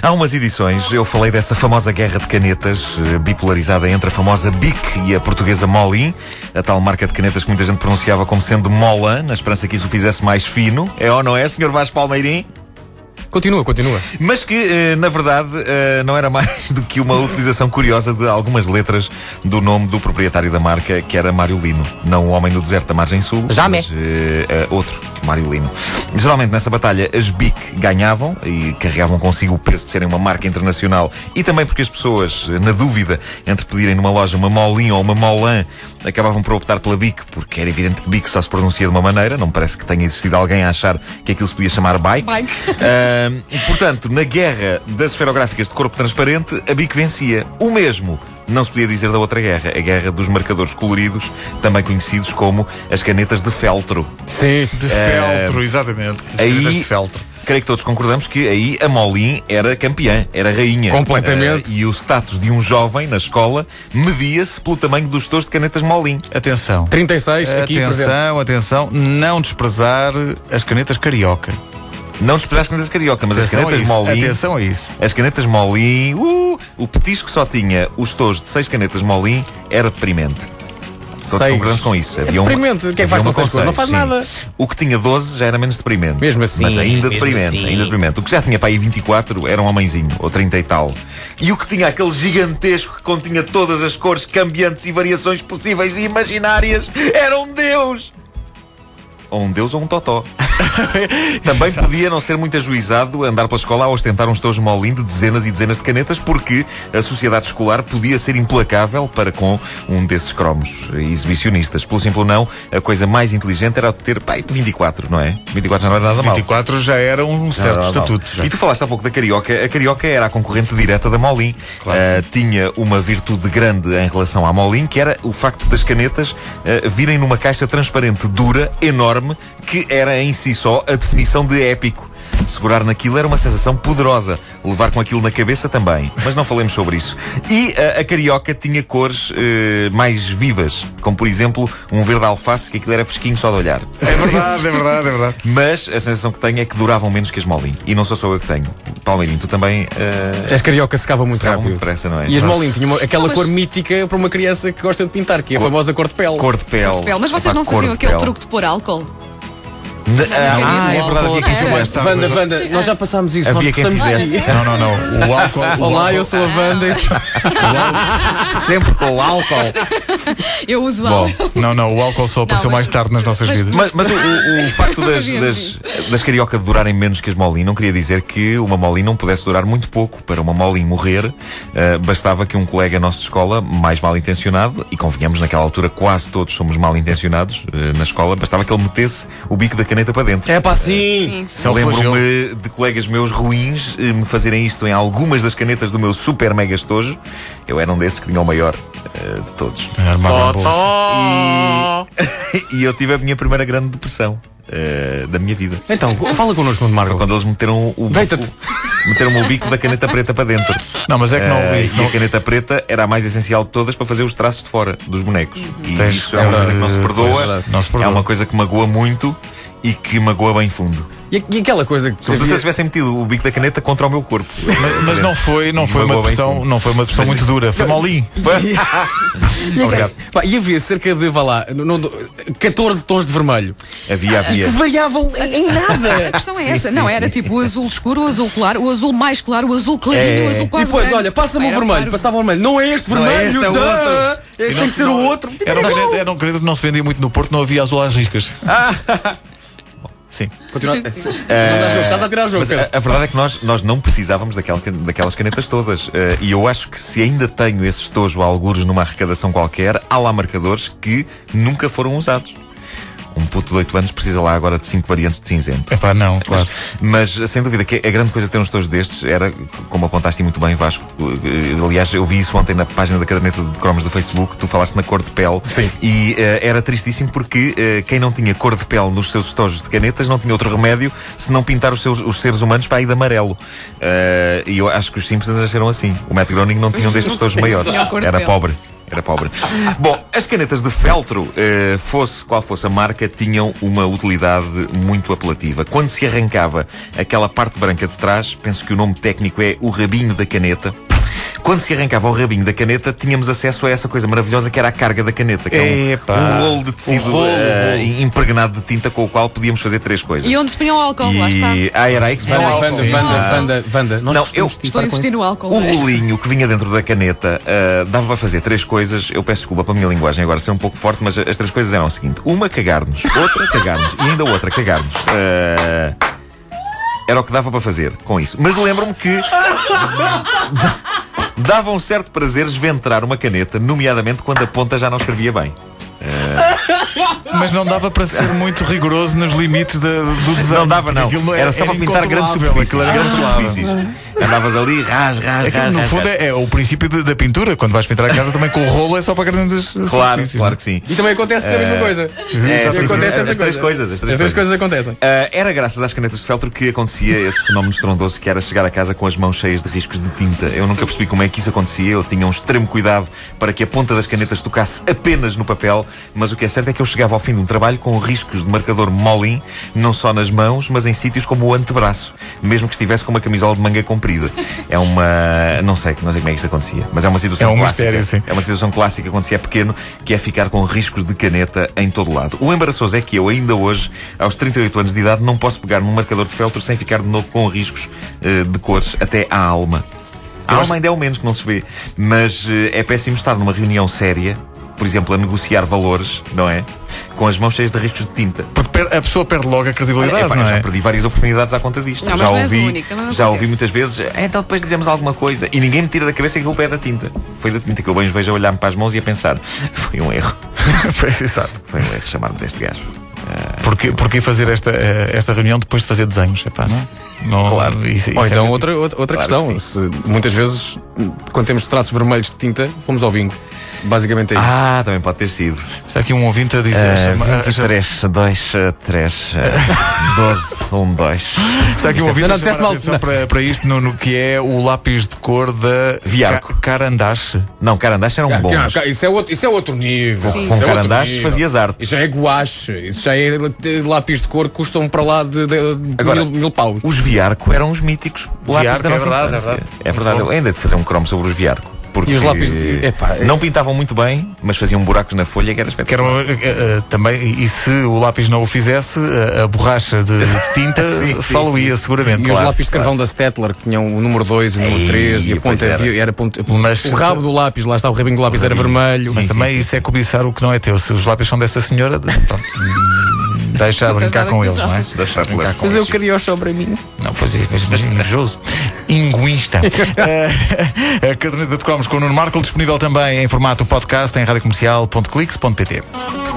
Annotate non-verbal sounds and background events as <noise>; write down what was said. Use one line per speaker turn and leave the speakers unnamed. Há umas edições, eu falei dessa famosa guerra de canetas eh, bipolarizada entre a famosa BIC e a portuguesa Molin, a tal marca de canetas que muita gente pronunciava como sendo Molan, na esperança que isso o fizesse mais fino. É ou não é, Sr. Vasco Palmeirim?
Continua, continua.
Mas que, eh, na verdade, eh, não era mais <laughs> do que uma utilização curiosa de algumas letras do nome do proprietário da marca, que era Mário Lino. Não o homem do deserto da margem sul,
Jamé.
mas eh, eh, outro, Mário Lino. Geralmente, nessa batalha, as BIC ganhavam e carregavam consigo o peso de serem uma marca internacional e também porque as pessoas, eh, na dúvida entre pedirem numa loja uma Molin ou uma Molan, acabavam por optar pela BIC, porque era evidente que BIC só se pronuncia de uma maneira. Não me parece que tenha existido alguém a achar que aquilo se podia chamar bike.
Bike.
Ahm, e, portanto, na guerra das esferográficas de corpo transparente, a BIC vencia. O mesmo não se podia dizer da outra guerra, a guerra dos marcadores coloridos, também conhecidos como as canetas de feltro.
Sim.
De feltro, exatamente. As
aí-
canetas de feltro.
Creio que todos concordamos que aí a Molin era campeã, era rainha.
Completamente.
Ah, e o status de um jovem na escola media-se pelo tamanho dos tores de canetas Molin.
Atenção.
36, aqui presente.
Atenção, atenção, não desprezar as canetas carioca.
Não desprezar as canetas carioca, mas as
Atenção a
canetas
isso.
Molin.
Atenção a isso.
As canetas Molin, uh, o petisco só tinha os tojos de seis canetas Molin, era deprimente. Todos
Seis.
concordamos com isso.
É
Havia uma-
deprimente. Quem
havia
faz
uma
com seis coisas? Não faz
sim.
nada.
O que tinha 12 já era menos deprimente.
Mesmo assim,
Mas ainda
mesmo
deprimente,
assim.
ainda deprimente. O que já tinha para aí 24 era um homenzinho, ou 30 e tal. E o que tinha aquele gigantesco que continha todas as cores cambiantes e variações possíveis e imaginárias era um deus! Ou um deus ou um totó. <laughs> Também podia não ser muito ajuizado andar pela escola a ostentar uns tojos molinho de dezenas e dezenas de canetas, porque a sociedade escolar podia ser implacável para com um desses cromos exibicionistas. Pelo simples não, a coisa mais inteligente era ter, pai, 24, não é? 24 já não era
Tá
nada mal.
24 já era um
Não,
certo
não, não.
estatuto. já.
E tu falaste há pouco da Carioca. A Carioca era a concorrente direta da Molin.
Claro
Ah, tinha uma virtude grande em relação à Molin, que era o facto das canetas ah, virem numa caixa transparente dura, enorme, que era em si só a definição de épico. Segurar naquilo era uma sensação poderosa. Levar com aquilo na cabeça também. Mas não falemos sobre isso. E ah, a carioca tinha cores eh, mais vivas, como por exemplo um verde alface, que aquilo era fresquinho só de olhar.
É verdade, é verdade, é verdade.
Mas a sensação que tenho é que duravam menos que as Molin. E não sou só eu que tenho. Palmeirinho, tu também. eh,
As cariocas secavam muito
secavam
rápido.
muito depressa, não é?
E as
Nossa.
Molin tinham uma- aquela
Não, mas-
cor mítica para uma criança que gosta de pintar, que é a famosa cor de pele.
Cor de pele.
Pele, Mas vocês
Epá,
não
cor
faziam
de
aquele
pele.
truque de pôr álcool?
Na-
não
ah,
acredito.
é verdade, havia quem
Era.
fizesse.
Wanda,
Sim,
Wanda, nós já passámos isso.
Havia
nós
quem
gostamos
fizesse.
disso.
<laughs> Não, não, não. O álcool. o
Olá,
álcool-
eu sou a Wanda.
<laughs> Sempre com o álcool.
Eu uso
Bom,
álcool.
não, não, o álcool só apareceu
mas-
mais tarde nas nossas
mas-
vidas.
Mas, mas o, o-
<laughs>
o facto das, das, das carioca durarem menos que as Molin não queria dizer que uma Molin não pudesse durar muito pouco. Para uma Molin morrer, eh, bastava que um colega nosso de escola, mais mal intencionado, e convenhamos, naquela altura quase todos somos mal intencionados eh, na escola, bastava que ele metesse o bico da caneta para dentro.
É pá, sim.
Sim, sim.
É um
Lembro-me de colegas meus ruins eh, me fazerem isto em algumas das canetas do meu super mega estojo. Eu era um desses que tinha o maior eh, de todos.
É, Armava a bolsa.
E <laughs> eu tive a minha primeira grande depressão eh, da minha vida.
Então, fala connosco, Nuno
Foi
Marco.
quando eles meteram o,
Deita-te.
o- meteram o bico da caneta preta para dentro.
Não, mas é que não.
Eh,
isso
e
não
a caneta preta era a mais essencial de todas para fazer os traços de fora dos bonecos. E
Tens-
isso é uma coisa que não se
eh,
perdoa.
pois, não se
É
perdoa.
uma coisa que magoa muito e que magoa bem fundo.
E, e aquela coisa que.
Sobretudo se eles
havia-
tivessem metido o bico da caneta contra o meu corpo.
Mas, mas não foi, não foi uma
Magoou bem
depressão,
fundo.
não foi uma depressão muito dura. Foi molinho.
E, aquela-
Obrigado.
pá, e havia cerca de, vá lá, não- não- 14 tons de vermelho.
<laughs> Havia, havia.
Variavam <laughs> em nada.
A questão é essa. não, era tipo o azul escuro, o azul claro, o azul mais claro, o azul clarinho,
É.
o azul
E
quase
depois,
branco.
olha, passa-me o
Era
vermelho,
claro.
passava o vermelho. Não é este
Não
vermelho,
é este, é o
duh!
outro.
É,
E
tem
não
que
se-
ser o
não-
outro.
Era um, caneta, era um caneta que não se vendia muito no Porto, não havia azul
<laughs>
às riscas.
Ah.
Bom, Sim.
Continua. Não dá jogo, Estás a tirar o jogo,
Mas
Pedro.
a, a verdade é que nós, nós não precisávamos daquela can- daquelas canetas todas. Eh, e eu acho que se ainda tenho esse estojo a algures numa arrecadação qualquer, há lá marcadores que nunca foram usados. Um puto de 8 anos precisa lá agora de 5 variantes de cinzento.
Epá, não, claro.
Mas sem dúvida que a grande coisa de ter uns tojos destes era, como apontaste muito bem, Vasco. eh, Aliás, eu vi isso ontem na página da caderneta de cromos do Facebook. Tu falaste na cor de pele.
Sim.
E eh, era tristíssimo porque eh, quem não tinha cor de pele nos seus estojos de canetas não tinha outro remédio se não pintar os, seus, os seres humanos para ir de amarelo. Eh, e eu acho que os Simpsons nasceram assim. O Matt Groening não tinha um destes estojos maiores.
Tinha a cor de
Era
pele.
pobre. era pobre. Bom, as canetas de feltro, eh, fosse qual fosse a marca, tinham uma utilidade muito apelativa. Quando se arrancava aquela parte branca de trás, penso que o nome técnico é o rabinho da caneta. Quando se arrancava o rabinho da caneta, tínhamos acesso a essa coisa maravilhosa que era a carga da caneta, que é
Epá.
um, um rolo de tecido
O rolo, o
eh,
rolo.
impregnado de tinta com o qual podíamos fazer três coisas.
E onde se punha o álcool, lá está.
E- Ah, era aí que se
Era
vai
aí
lá.
que
Vanda,
sim,
Vanda,
sim.
Vanda, Vanda. Nós
Não,
gostamos
eu-
de ti,
Estou a
para com
insistir no álcool.
O rolinho que vinha dentro da caneta ah, dava para fazer três coisas. Eu peço desculpa pela minha linguagem agora ser um pouco forte, mas as três coisas eram o seguinte: uma cagar-nos, outra <laughs> cagar-nos e ainda outra cagar-nos. Ah, era o que dava para fazer com isso. Mas lembro-me que <laughs> dava um certo prazer esventrar uma caneta, nomeadamente quando a ponta já não escrevia bem.
Mas não dava para ser muito rigoroso nos limites da- do desenho.
Não dava, não.
Aquilo
Era só para pintar grandes
incontrolável,
superfícies.
aquilo era
Grandes
incontrolável.
superfícies. Andavas ali, ras, ras,
É que,
ras.
no
ras,
fundo
ras.
é, é o princípio de- da pintura. Quando vais pintar a casa também com o rolo é só para grandes
Claro,
superfícies. é?
claro que sim.
E também acontece a mesma coisa.
É,
Sim,
sim, sim,
acontece
as
essa
três
coisa.
coisas.
As três coisas acontecem.
Ah, era graças às canetas de feltro que acontecia esse fenómeno estrondoso que era chegar a casa com as mãos cheias de riscos de tinta. Eu nunca percebi como é que isso acontecia. Eu tinha um extremo cuidado para que a ponta das canetas tocasse apenas no papel, mas o que é certo é que eu chegava ao fim de um trabalho com riscos de marcador molin, não só nas mãos, mas em sítios como o antebraço, mesmo que estivesse com uma camisola de manga comprida. É uma. Não sei, não sei como é que isso acontecia, mas é uma situação
É um
clássica.
mistério, sim.
É uma situação clássica quando se é pequeno, que é ficar com riscos de caneta em todo lado. O embaraçoso é que eu, ainda hoje, aos 38 anos de idade, não posso pegar num marcador de feltro sem ficar de novo com riscos eh, de cores até à alma. A alma ainda é o menos que não se vê, mas eh, é péssimo estar numa reunião séria, por exemplo, a negociar valores, não é? Com as mãos cheias de riscos de tinta.
Porque per- a pessoa perde logo a credibilidade,
Epá, eu
não
já
é?
perdi várias oportunidades à conta disto.
Não, mas
já
não és
ouvi,
o único, também é
já
acontece.
ouvi muitas vezes, "Ah, então depois dizemos alguma coisa. E ninguém me tira da cabeça que aquilo é da tinta. Foi da tinta que eu bem os vejo a olhar-me para as mãos e a pensar. <laughs> Foi um erro.
<laughs> Pois, Exato.
Foi um erro chamarmos este gajo.
Porquê, porquê fazer esta, eh, esta reunião depois de fazer desenhos? Epá, não? não claro. Isso, isso
Ou
é
então
muito-
outra, outra, outra
Claro
questão. Se- muitas vezes, quando temos traços vermelhos de tinta, fomos ao bingo. Basicamente é isso.
Ah, também pode ter sido.
Está aqui um ouvinte a
Eh,
Eh,
dizer. chama- a- a-
23, 2, 3,
eh,
<laughs> 12, 1, 2.
Está aqui um ouvinte
é Não, não,
a
disseste
chamar a
mal.
atenção
Não.
para, para isto no, no que é o lápis de cor da
Viarco.
Ca- Carandache.
Não, carandache eram
Ah,
bons.
cá- cá- isso, é outro, isso é outro nível.
Sim.
Isso
Com
é outro
carandaches
nível.
fazias arte.
Isso já é guache. Isso já é de- lápis de cor que custam para lá de, de- de
Agora,
mil, mil paus.
Os Viarco eram os míticos lápis
Viarco,
da
é
nossa
verdade,
infância.
é verdade.
É verdade, eu ainda hei de fazer um cromo sobre os Viarco. Porque
E os lápis de- epá, é-
não pintavam muito bem, mas faziam buracos na folha que era
Que era
espetacular.
uma- eh, eh, também, e se o lápis não o fizesse, eh, a, a borracha de, de
<laughs>
tinta
Sim, sim,
faloia seguramente.
E os lápis de carvão da Stettler, que tinham o número 2 e o
Ei,
número 3, e a
pois
ponta
era.
havia- era, ponta-
Mas-
o rabo do lápis, lá está, o rabinho do lápis era vermelho.
Mas também isso é cobiçar o que não é teu. Se os lápis são dessa senhora, de-
<laughs>
pronto, hum, deixa a
Não tens
brincar
nada
com
que
eles, não é?
usar.
Deixa
Brincar
rolar.
com
Mas eu
eles.
queria o sobre mim.
Não, pois é, mas mas invejoso.
<laughs>
Inguista. Eh, <laughs> a caderneta de cromos com o Nuno Marco, disponível também em formato podcast em radiocomercial.clix.pt.